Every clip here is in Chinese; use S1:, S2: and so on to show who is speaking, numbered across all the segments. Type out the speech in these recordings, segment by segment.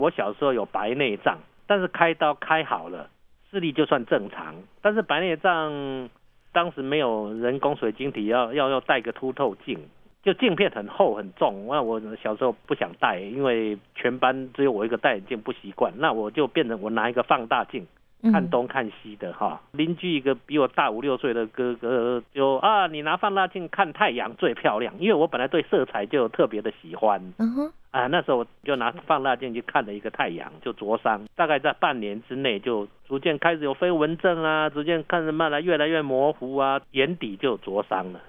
S1: 我小时候有白内障，但是开刀开好了，视力就算正常。但是白内障当时没有人工水晶体，要要要戴个凸透镜，就镜片很厚很重。那我小时候不想戴，因为全班只有我一个戴眼镜不习惯，那我就变成我拿一个放大镜。
S2: 嗯
S1: 看东看西的哈，邻居一个比我大五六岁的哥哥就啊，你拿放大镜看太阳最漂亮，因为我本来对色彩就有特别的喜欢
S2: 嗯哼，
S1: 啊，那时候我就拿放大镜去看了一个太阳，就灼伤，大概在半年之内就逐渐开始有飞蚊症啊，逐渐看着慢来越来越模糊啊，眼底就灼伤了。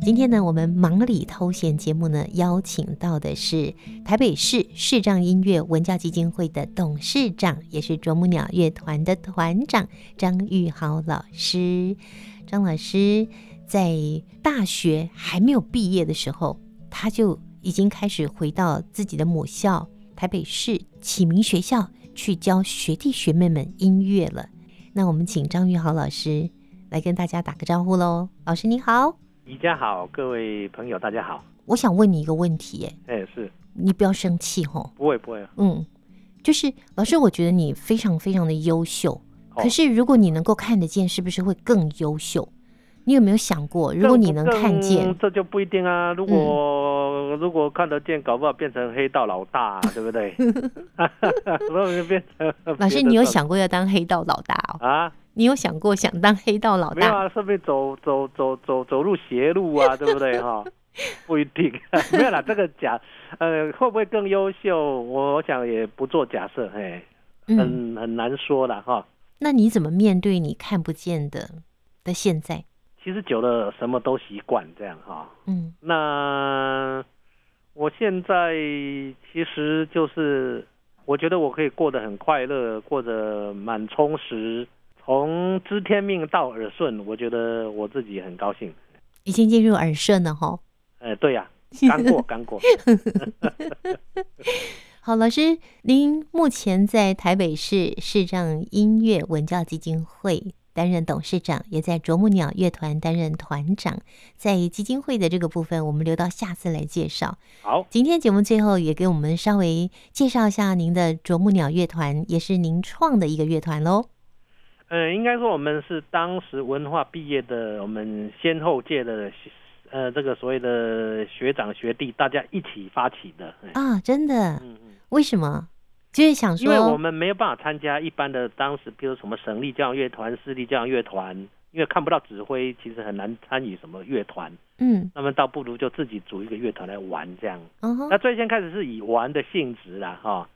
S2: 今天呢，我们忙里偷闲节目呢，邀请到的是台北市视障音乐文教基金会的董事长，也是啄木鸟乐团的团长张玉豪老师。张老师在大学还没有毕业的时候，他就已经开始回到自己的母校台北市启明学校去教学弟学妹们音乐了。那我们请张玉豪老师来跟大家打个招呼喽。老师你好。
S1: 宜家好，各位朋友大家好，
S2: 我想问你一个问题耶，
S1: 哎、是
S2: 你不要生气吼。
S1: 不会不啊会，
S2: 嗯，就是老师，我觉得你非常非常的优秀，
S1: 哦
S2: 可是如果你能够看得见，是不是会更优秀？你有没有想过，如果你能看见嗯
S1: 更，这就不一定啊。如果、如果看得见，搞不好变成黑道老大、啊对不 对？ 所以就变成
S2: 老师，
S1: 别的
S2: 你有
S1: 状
S2: 想过要当黑道老大哦？
S1: 啊？
S2: 你有想过想当黑道老
S1: 没有
S2: 大？
S1: 啊，顺便走走走走走入邪路啊，对不对哈？不一定， 没有啦，这个假呃会不会更优秀？我想也不做假设，哎，
S2: 嗯，
S1: 很很难说了哈。
S2: 那你怎么面对你看不见的的现在？
S1: 其实久了什么都习惯这样哈。
S2: 嗯
S1: 那我现在其实就是，我觉得我可以过得很快乐，过得蛮充实。从知天命到耳顺，我觉得我自己很高兴。
S2: 已经进入耳顺了吼。
S1: 呃，对呀、刚过刚过。
S2: 好，老师，您目前在台北市市障音乐文教基金会担任董事长，也在啄木鸟乐团担任团长。在基金会的这个部分，我们留到下次来介绍。
S1: 好，
S2: 今天节目最后也给我们稍微介绍一下您的啄木鸟乐团，也是您创的一个乐团喽。
S1: 嗯、应该说我们是当时文化毕业的，我们先后届的学，呃，这个所谓的学长学弟，大家一起发起的。哎
S2: 啊，真的？
S1: 嗯嗯。
S2: 为什么？就是想
S1: 因为我
S2: 说，
S1: 们没有办法参加一般的当时，比如什么省立交响乐团、市立交响乐团，因为看不到指挥，其实很难参与什么乐团。
S2: 嗯，
S1: 那么倒不如就自己组一个乐团来玩这样。
S2: 嗯哼
S1: 那，最先开始是以玩的性质啦，哈、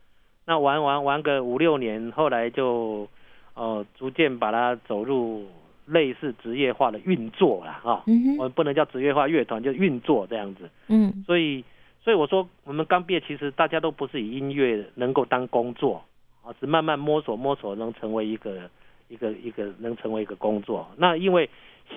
S1: 那玩玩玩个五六年，后来就哦、呃逐渐把它走入类似职业化的运作啦，哈、
S2: 嗯
S1: 我
S2: 哼，
S1: 们不能叫职业化乐团，就运作这样子。
S2: 嗯
S1: 所以，所以我说，我们刚毕业，其实大家都不是以音乐能够当工作啊，是慢慢摸索摸索，能成为一个一个一个能成为一个工作。那因为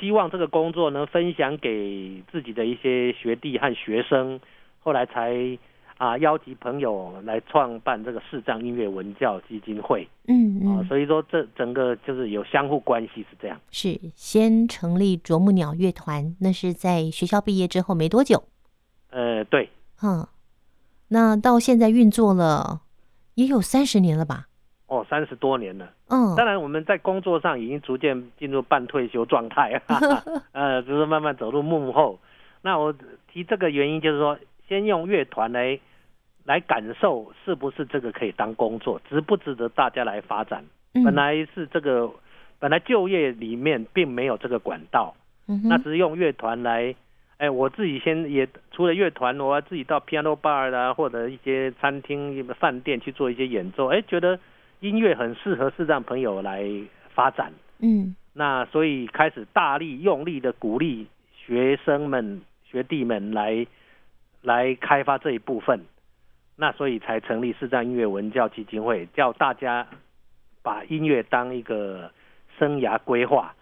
S1: 希望这个工作能分享给自己的一些学弟和学生，后来才啊邀集朋友来创办这个视障音乐文教基金会
S2: 嗯嗯。
S1: 啊，所以说这整个就是有相互关系是这样。
S2: 是先成立啄木鸟乐团，那是在学校毕业之后没多久，
S1: 呃，对，
S2: 嗯，那到现在运作了也有三十年了吧？
S1: 哦，三十多年了。
S2: 嗯
S1: 当然，我们在工作上已经逐渐进入半退休状态， 哈哈呃，就是慢慢走入幕后。那我提这个原因，就是说，先用乐团来来感受是不是这个可以当工作，值不值得大家来发展。本
S2: 嗯
S1: 来是这个，本来就业里面并没有这个管道，
S2: 嗯
S1: 那
S2: 哼
S1: 只是用乐团来。哎，我自己先也除了乐团，我自己到 piano bar 啦、或者一些餐厅、饭店去做一些演奏。哎，觉得音乐很适合视障朋友来发展，
S2: 嗯
S1: 那所以开始大力用力的鼓励学生们、学弟们来来开发这一部分。那所以才成立视障音乐文教基金会，叫大家把音乐当一个生涯规划。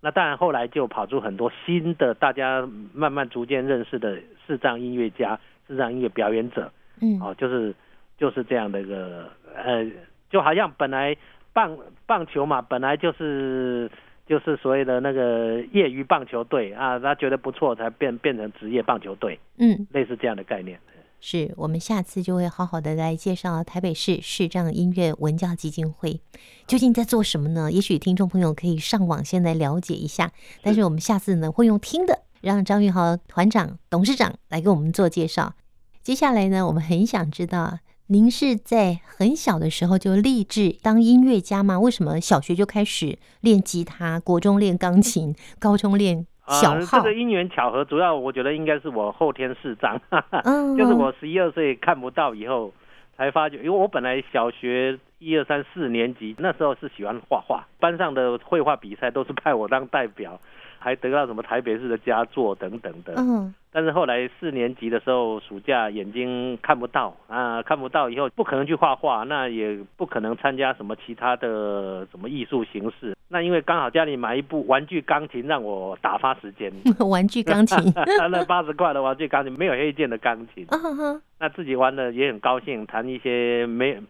S1: 那当然，后来就跑出很多新的，大家慢慢逐渐认识的视障音乐家、视障音乐表演者。
S2: 嗯
S1: 哦，就是就是这样的一个呃就好像本来棒棒球嘛，本来就是就是所谓的那个业余棒球队啊，他觉得不错才变变成职业棒球队，
S2: 嗯，
S1: 类似这样的概念。
S2: 是我们下次就会好好的来介绍台北市视障音乐文教基金会究竟在做什么呢？也许听众朋友可以上网先来了解一下，但是我们下次呢会用听的，让张玉豪团长、董事长来给我们做介绍。接下来呢，我们很想知道您是在很小的时候就立志当音乐家吗？为什么小学就开始练吉他，国中练钢琴，高中练小
S1: 啊，
S2: 号？
S1: 这个因缘巧合，主要我觉得应该是我后天视障，
S2: 嗯
S1: 就是我十一二岁看不到以后才发觉，因为我本来小学一二三四年级那时候是喜欢画画，班上的绘画比赛都是派我当代表，还得到什么台北市的佳作等等的。
S2: 嗯
S1: 但是后来四年级的时候，暑假眼睛看不到啊、看不到以后不可能去画画，那也不可能参加什么其他的什么艺术形式。那因为刚好家里买一部玩具钢琴让我打发时间，，
S2: 玩具钢琴
S1: 那八十块的玩具钢琴没有黑键的钢琴，
S2: 啊哈哈，
S1: 那自己玩的也很高兴，弹一些没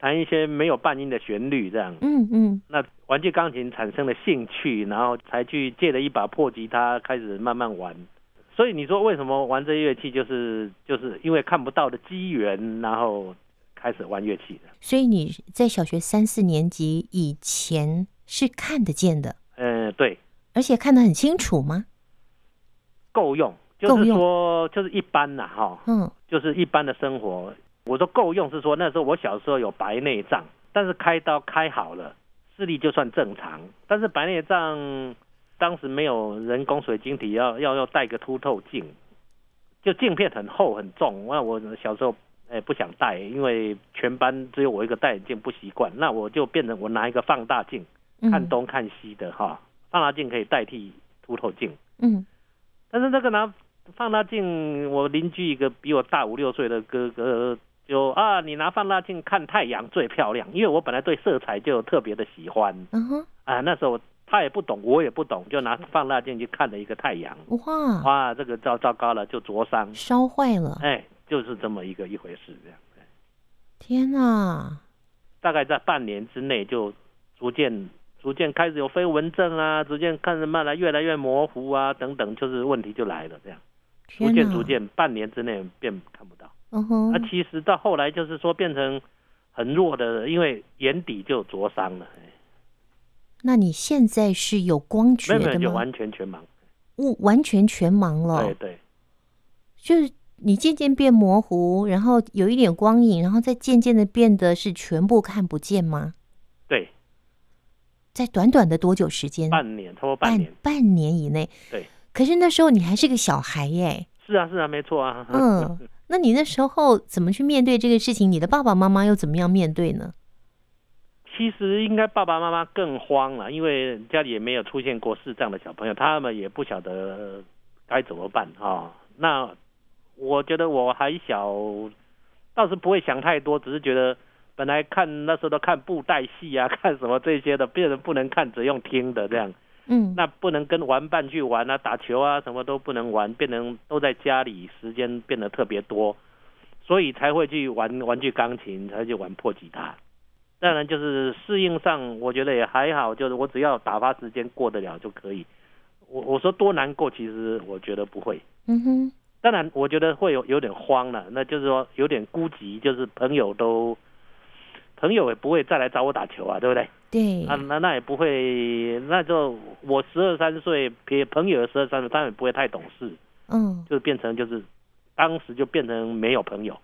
S1: 弹一些没有半音的旋律这样。
S2: 嗯嗯。
S1: 那玩具钢琴产生了兴趣，然后才去借了一把破吉他，开始慢慢玩。所以你说为什么玩这乐器，就是就是因为看不到的机缘，然后开始玩乐器的。
S2: 所以你在小学三四年级以前是看得见的，
S1: 嗯，对，
S2: 而且看得很清楚吗？
S1: 够用，
S2: 够
S1: 就是
S2: 用
S1: 说就是一般呐、哈。
S2: 嗯
S1: 就是一般的生活。我说够用是说那时候我小时候有白内障，但是开刀开好了，视力就算正常。但是白内障当时没有人工水晶体，要要要戴个凸透镜，就镜片很厚很重。那我小时候哎不想戴，因为全班只有我一个戴眼镜不习惯，那我就变成我拿一个放大镜看
S2: 嗯
S1: 东看西的哈，放大镜可以代替凸透镜。
S2: 嗯
S1: 但是那个拿放大镜，我邻居一个比我大五六岁的哥哥就啊，你拿放大镜看太阳最漂亮，因为我本来对色彩就有特别的喜欢
S2: 嗯哼，
S1: 啊，那时候他也不懂，我也不懂，就拿放大镜去看了一个太阳，
S2: 哇，
S1: 哇，这个糟糟糕了，就灼伤，
S2: 烧坏了！
S1: 哎，就是这么一个一回事，这样，
S2: 天哪，
S1: 大概在半年之内就逐渐。逐渐开始有飞蚊症啊，逐渐看着慢来越来越模糊啊，等等，就是问题就来了，这样逐
S2: 天
S1: 渐
S2: 哪，
S1: 逐渐半年之内变看不到。
S2: 嗯
S1: 那、
S2: 哼，
S1: 啊其实到后来就是说变成很弱的，因为眼底就灼伤了，哎
S2: 那你现在是有光
S1: 没
S2: 觉
S1: 有没有
S2: 的
S1: 就
S2: 吗？哦
S1: 完全全盲。
S2: 完完全全盲
S1: 对
S2: 了，
S1: 对
S2: 就是你渐渐变模糊，然后有一点光影，然后再渐渐的变得是全部看不见吗？
S1: 对，
S2: 在短短的多久时间？
S1: 半年，差不多半年。
S2: 嗯哎半年以内。
S1: 对。
S2: 可是那时候你还是个小 孩耶，
S1: 是啊是啊，没错啊。
S2: 嗯，那你那时候怎么去面对这个事情？你的爸爸妈妈又怎么样面对呢？
S1: 其实应该爸爸妈妈更慌了，因为家里也没有出现过视障的小朋友，他们也不晓得该怎么办啊、那我觉得我还小，倒是不会想太多，只是觉得本来看那时候都看布袋戏啊， 看什么这些的，别人不能看，只用听的这样。
S2: 嗯，
S1: 那不能跟玩伴去玩啊，打球啊，什么都不能玩，变成都在家里，时间变得特别多，所以才会去玩玩具钢琴，才去玩破吉他。当然就是适应上，我觉得也还好，就是我只要打发时间过得了就可以。我我说多难过，其实我觉得不会。
S2: 嗯哼，
S1: 当然，我觉得会有有点慌了，那就是说有点孤寂，就是朋友都朋友也不会再来找我打球啊，对不对？
S2: 对，
S1: 啊，那那也不会，那就我十二三岁，别朋友十二三岁，他们也不会太懂事，
S2: 嗯，
S1: 就变成就是，当时就变成没有朋友，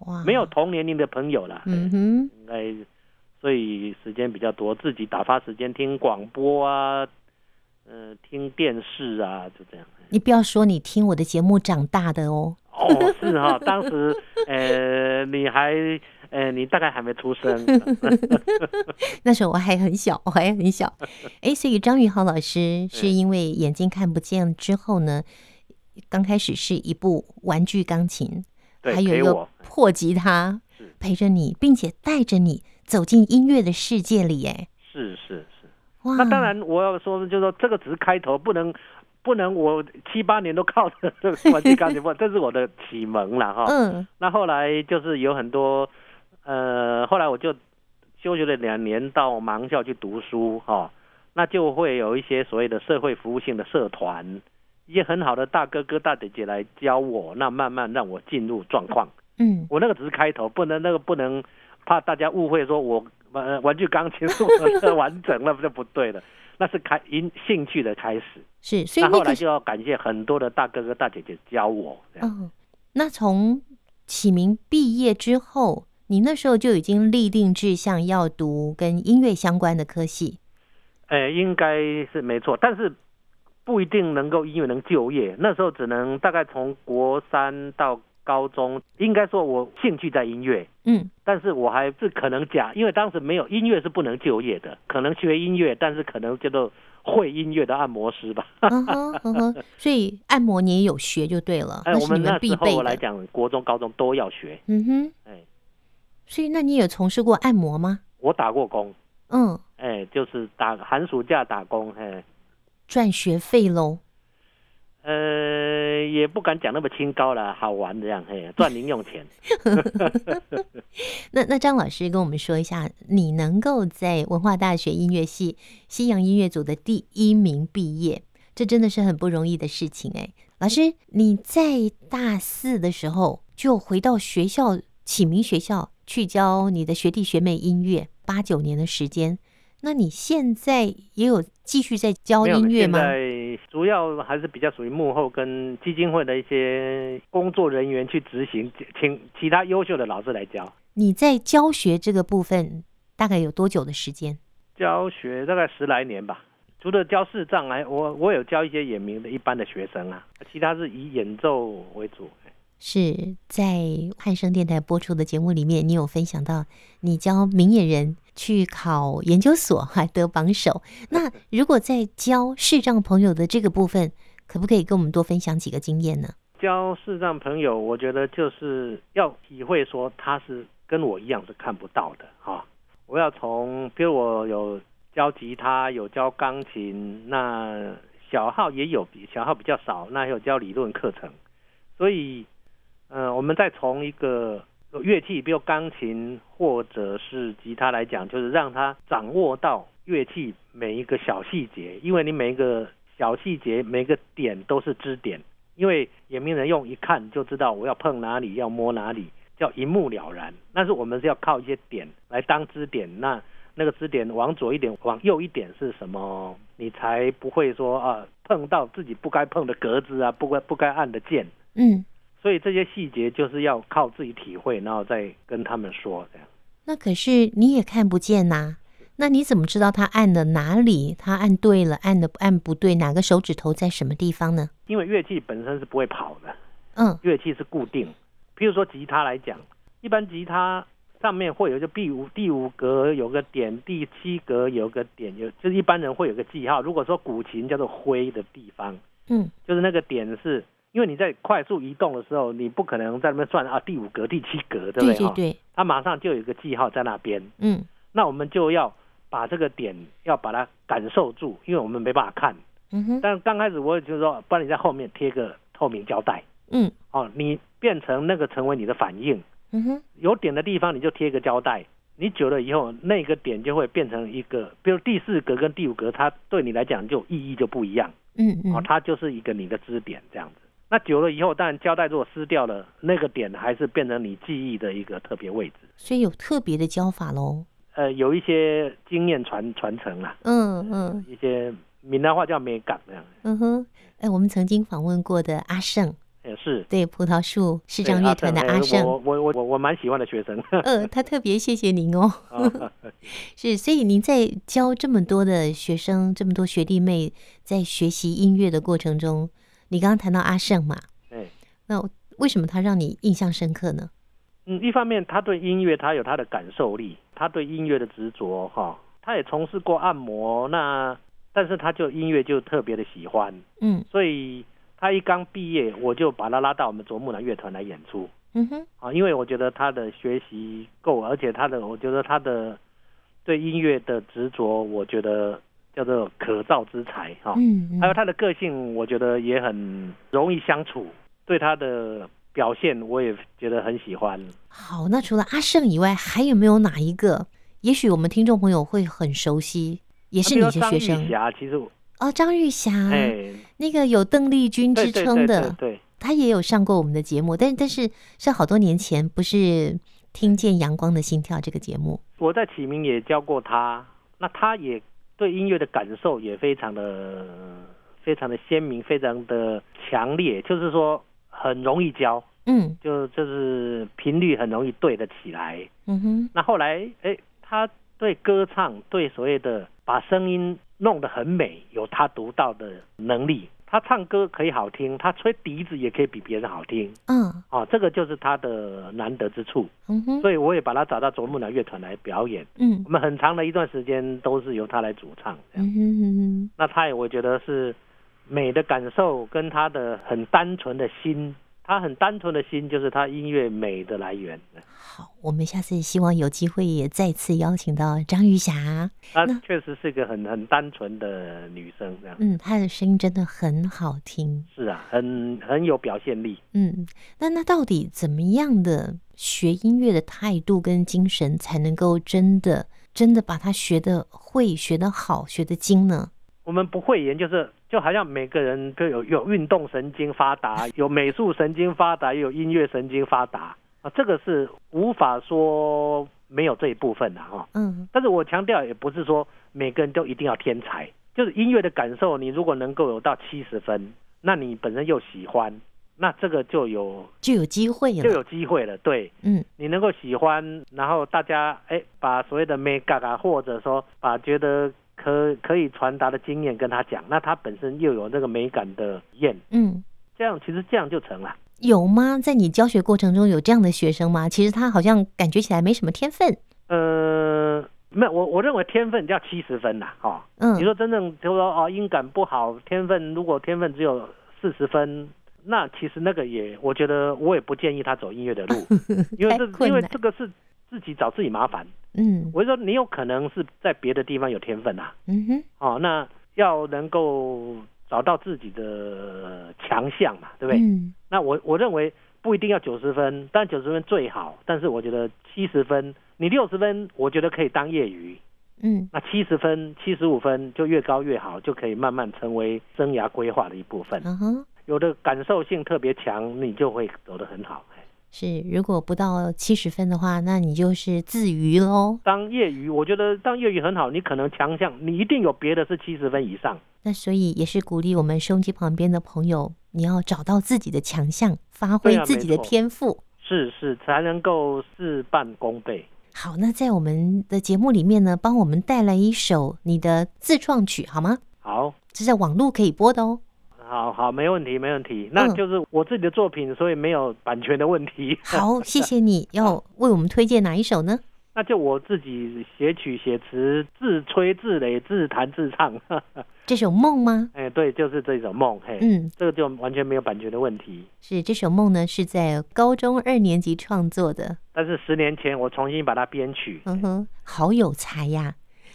S2: 哇，
S1: 没有，同年龄的朋友啦。
S2: 嗯哼，
S1: 应该，所以时间比较多，自己打发时间听广播啊，呃，听电视啊，就这样。
S2: 你不要说你听我的节目长大的哦，
S1: 哦，是哈、当时呃，你还呃，你大概还没出 生，
S2: 那时候我还很小， 我还 很小，哎，所以张宇豪老师是因为眼睛看不见之后呢，刚开始是一部玩具钢琴，
S1: 对，
S2: 还有一
S1: 给
S2: 个
S1: 我，
S2: 破吉他
S1: 是
S2: 陪着你，并且带着你走进音乐的世界里，哎，
S1: 是是是。
S2: 哇，
S1: 那当然，我要说的就是说，这个只是开头，不能不能我七八年都靠着这个玩具钢琴这是我的启蒙了哈。
S2: 嗯
S1: 那后来就是有很多呃，后来我就休学了两年到盲校去读书哈、哦，那就会有一些所谓的社会服务性的社团，一些很好的大哥哥大姐姐来教我，那慢慢让我进入状况。
S2: 嗯，
S1: 我那个只是开头，不能那个不能怕大家误会说我呃玩具钢琴是我的 完整，那不就不对了。那是开因兴趣的开始，
S2: 是，所以
S1: 那后
S2: 那个
S1: 来就要感谢很多的大哥哥大姐姐教我。这样
S2: 嗯，那从启明毕业之后，你那时候就已经立定志向要读跟音乐相关的科系。
S1: 呃，应该是没错，但是不一定能够因为能就业。那时候只能大概从国三到高中，应该说我兴趣在音乐，
S2: 嗯
S1: 但是我还是可能假，因为当时没有音乐是不能就业的，可能学音乐，但是可能叫做会音乐的按摩师吧。
S2: 嗯哼嗯哼，所以按摩你也有学就对了，
S1: 哎，
S2: 那
S1: 我
S2: 是你
S1: 们那
S2: 必
S1: 时
S2: 备
S1: 候来
S2: 的。
S1: 讲，国中、高中都要学。
S2: 嗯哼，
S1: 哎，
S2: 所以那你有从事过按摩吗？
S1: 我打过工，
S2: 嗯，
S1: 哎，就是打寒暑假打工，哎，
S2: 赚学费喽。
S1: 呃，也不敢讲那么清高了，好玩这样，嘿，赚零用 钱。
S2: 那那张老师跟我们说一下，你能够在文化大学音乐系西洋音乐组的第一名毕业，这真的是很不容易的事情哎。老师，你在大四的时候就回到学校启明学校去教你的学弟学妹音乐，八九年的时间。那你现在也有继续在教
S1: 没有
S2: 哦音乐吗？
S1: 现在主要还是比较属于幕后跟基金会的一些工作人员去执行，请其他优秀的老师来教。
S2: 你在教学这个部分大概有多久的时间？
S1: 教学大概十来年吧，除了教视障，还我我有教一些眼明的一般的学生啊，其他是以演奏为主。
S2: 是在汉声电台播出的节目里面，你有分享到你教明眼人去考研究所，还得榜首。那如果在教视障朋友的这个部分，可不可以跟我们多分享几个经验呢？
S1: 教视障朋友，我觉得就是要体会说他是跟我一样是看不到的啊。我要从，比如我有教吉他，有教钢琴，那小号也有，比小号比较少，那还有教理论课程。所以，呃，我们再从一个乐器，比如钢琴或者是吉他来讲，就是让他掌握到乐器每一个小细节，因为你每一个小细节、每个点都是支点。因为眼明人用一看就知道我要碰哪里，要摸哪里，叫一目了然。但是我们是要靠一些点来当支点，那那个支点往左一点，往右一点是什么？你才不会说啊碰到自己不该碰的格子啊，不该不该按的键。
S2: 嗯，
S1: 所以这些细节就是要靠自己体会，然后再跟他们说这样。
S2: 那可是你也看不见呐、那你怎么知道他按的哪里？他按对了，按的按不对，哪个手指头在什么地方呢？
S1: 因为乐器本身是不会跑的，
S2: 嗯
S1: 乐器是固定。譬如说吉他来讲，一般吉他上面会有一个第五第五格有个点，第七格有个点，有就是一般人会有个记号。如果说古琴叫做挥的地方，
S2: 嗯，
S1: 就是那个点是。因为你在快速移动的时候，你不可能在那边算啊第五格、第七格，对不
S2: 对
S1: 对？
S2: 对
S1: 哈
S2: 对，
S1: 它马上就有一个记号在那边。
S2: 嗯
S1: 那我们就要把这个点要把它感受住，因为我们没办法看。
S2: 嗯哼
S1: 但刚开始我也就说，帮你在后面贴个透明胶带，
S2: 嗯
S1: 哦，你变成那个成为你的反应，
S2: 嗯哼
S1: 有点的地方你就贴个胶带，你久了以后那个点就会变成一个，比如第四格跟第五格，它对你来讲就意义就不一样，
S2: 嗯嗯
S1: 哦，它就是一个你的支点这样子。那久了以后，当然胶带如果撕掉了，那个点还是变成你记忆的一个特别位置。
S2: 所以有特别的教法喽。
S1: 呃，有一些经验传传承啦、
S2: 嗯嗯
S1: 一些闽南话叫美啊港这样，
S2: 嗯哼，哎，我们曾经访问过的阿胜，
S1: 也是
S2: 对葡萄树市
S1: 对
S2: 长乐团的阿
S1: 胜哎
S2: 胜，
S1: 我我我我我蛮喜欢的学生。
S2: 呃，他特别谢谢您哦。
S1: 啊
S2: 是，所以您在教这么多的学生，这么多学弟妹在学习音乐的过程中，你刚刚谈到阿胜嘛，
S1: 对，
S2: 那为什么他让你印象深刻呢？
S1: 嗯，一方面他对音乐他有他的感受力，他对音乐的执着哈、他也从事过按摩，那但是他就音乐就特别的喜欢，
S2: 嗯
S1: 所以他一刚毕业我就把他拉到我们啄木兰乐团来演出
S2: 嗯哼
S1: 啊，因为我觉得他的学习够，而且他的我觉得他的对音乐的执着，我觉得叫做可造之才哈。
S2: 嗯嗯
S1: 还有他的个性，我觉得也很容易相处，对他的表现我也觉得很喜欢。
S2: 好，那除了阿胜以外，还有没有哪一个也许我们听众朋友会很熟悉，也是你的学生
S1: 侠其实我
S2: 哦，张玉霞，
S1: 哎，
S2: 那个有邓丽君
S1: 对
S2: 之
S1: 对
S2: 称
S1: 对
S2: 的，
S1: 对对，
S2: 她也有上过我们的节目，但但是是好多年前，不是听见阳光的心跳这个节目，
S1: 我在启明也教过他，那他也对音乐的感受也非常的、非常的鲜明，非常的强烈，就是说很容易教，
S2: 嗯
S1: 就就是频率很容易对得起来。
S2: 嗯哼，
S1: 那后来，哎，他对歌唱，对所谓的把声音弄得很美，有他独到的能力。他唱歌可以好听，他吹笛子也可以比别人好听
S2: 嗯
S1: 哦，这个就是他的难得之处。
S2: 嗯哼，
S1: 所以我也把他找到啄木鸟乐团来表演。
S2: 嗯
S1: 我们很长的一段时间都是由他来主唱，这样。
S2: 嗯哼嗯
S1: 那他也我觉得是美的感受跟他的很单纯的心，他很单纯的心就是他音乐美的来源。
S2: 哼，好，我们下次希望有机会也再次邀请到张玉霞。
S1: 她
S2: 那
S1: 确实是个很很单纯的女生，这样
S2: 嗯，她的声音真的很好听。
S1: 是啊，很很有表现力。
S2: 嗯，那那到底怎么样的学音乐的态度跟精神，才能够真的真的把它学得会、学得好、学得精呢？
S1: 我们不会演，就是就好像每个人都有有运动神经发达，有美术神经发达，也有音乐神经发达啊，这个是无法说没有这一部分的、哈。
S2: 嗯
S1: 但是我强调，也不是说每个人都一定要天才，就是音乐的感受，你如果能够有到七十分，那你本身又喜欢，那这个就有
S2: 就有机会
S1: 就
S2: 了。
S1: 有机会了。对
S2: 嗯
S1: 你能够喜欢，然后大家哎，把所谓的 m e g 啊，或者说把觉得可可以传达的经验跟他讲，那他本身又有那个美感的体验，
S2: 嗯，
S1: 这样其实这样就成了。
S2: 有吗？在你教学过程中有这样的学生吗？其实他好像感觉起来没什么天分。
S1: 呃，没有，我我认为天分叫七十分啦，哦。你
S2: 嗯
S1: 说真正就说哦，音感不好，天分如果天分只有四十分，那其实那个也，我觉得我也不建议他走音乐 的路，因为
S2: 太
S1: 这
S2: 困
S1: 因为
S2: 难
S1: 这个是自己找自己麻烦。
S2: 嗯
S1: 我就说你有可能是在别的地方有天分啊，
S2: 嗯哼
S1: 哦，那要能够找到自己的强项嘛，对不对？
S2: 嗯
S1: 那我我认为不一定要九十分，但九十分最好，但是我觉得七十分，你六十分，我觉得可以当业余。
S2: 嗯
S1: 那七十分、七十五分就越高越好，就可以慢慢成为生涯规划的一部分。
S2: 嗯哼。
S1: 有的感受性特别强，你就会走得很好。哎
S2: 是，如果不到七十分的话，那你就是自娱喽。
S1: 当业余，我觉得当业余很好，你可能强项，你一定有别的是七十分以上。
S2: 那所以也是鼓励我们收音机旁边的朋友，你要找到自己的强项，发
S1: 对
S2: 挥
S1: 啊
S2: 自
S1: 没
S2: 己的
S1: 错
S2: 天赋。
S1: 是是，才能够事半功倍。
S2: 好，那在我们的节目里面呢，帮我们带来一首你的自创曲好吗？
S1: 好，
S2: 这在网络可以播的哦。
S1: 好，好，没问题，没问题。那
S2: 嗯
S1: 就是我自己的作品，所以没有版权的问题。
S2: 好，谢谢你要为我们推荐哪一首呢？
S1: 那就我自己写曲、写词，自吹自擂、自弹自唱。
S2: 这首《梦》吗？
S1: 哎，对，就是这首《梦》。嘿，
S2: 嗯，
S1: 这个就完全没有版权的问题。
S2: 是这首《梦》呢，是在高中二年级创作的。
S1: 但是十年前我重新把它编曲。
S2: 嗯哼，好有才呀！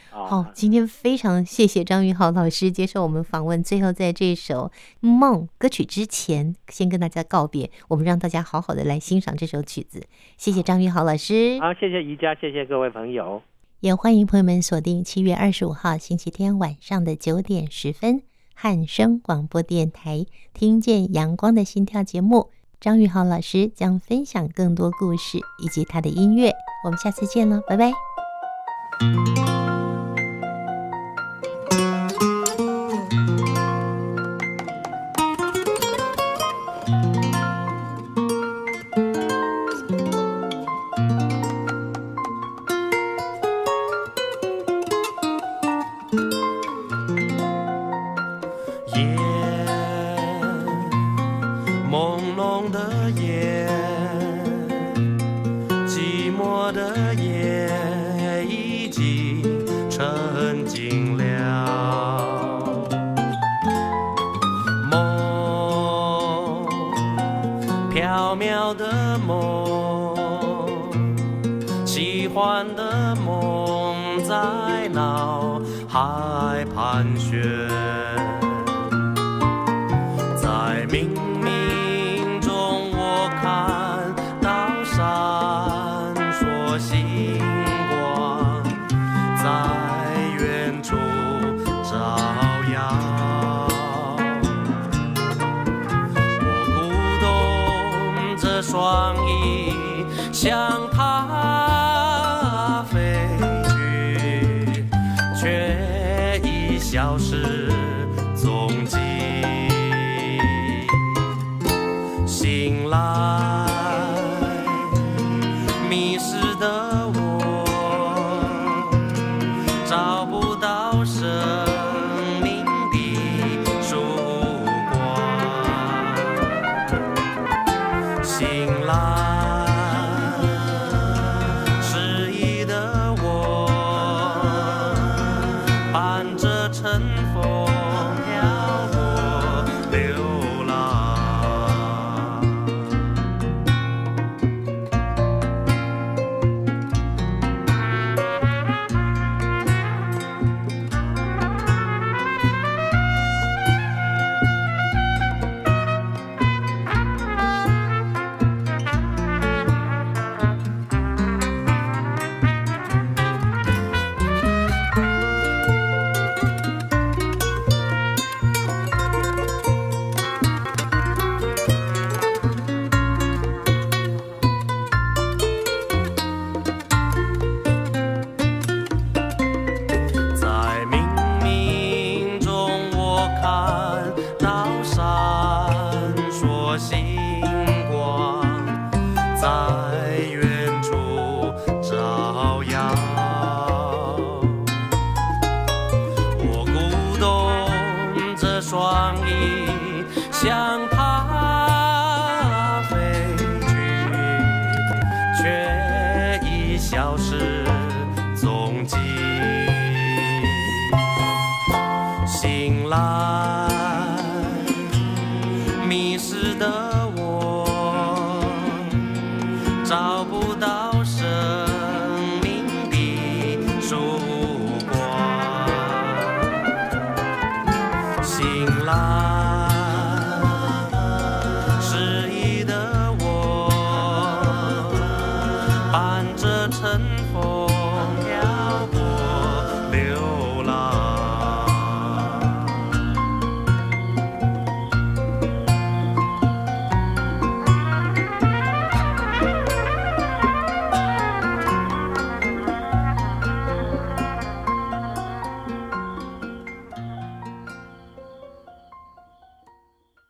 S2: 好、
S1: 啊，
S2: 今天非常谢谢张云豪老师接受我们访问。最后，在这首《梦》歌曲之前，先跟大家告别，我们让大家好好的来欣赏这首曲子。谢谢张云豪老师，
S1: 好，谢谢宜家，谢谢各位朋友。
S2: 也欢迎朋友们锁定七月二十五号星期天晚上的九点十分，汉声广播电台《听见阳光的心跳》节目。张云豪老师将分享更多故事以及他的音乐。我们下次见喽，拜拜。
S3: 夜，朦胧的夜，寂寞的夜已经沉静了。梦，缥缈的梦。喜欢的梦在脑海盘旋，在冥冥中我看到闪烁星光，想它飞去，却已消失踪迹。醒来，迷失的我，找不到生命的曙光。醒来，失意的我，伴着晨风漂泊流浪。在冥冥中，我看到闪烁星光，在远处照耀。我鼓动着双翼，向它飞去。却已消失踪迹。醒来，迷失的我，找不到生命的曙光。醒来。失意的我，伴着晨风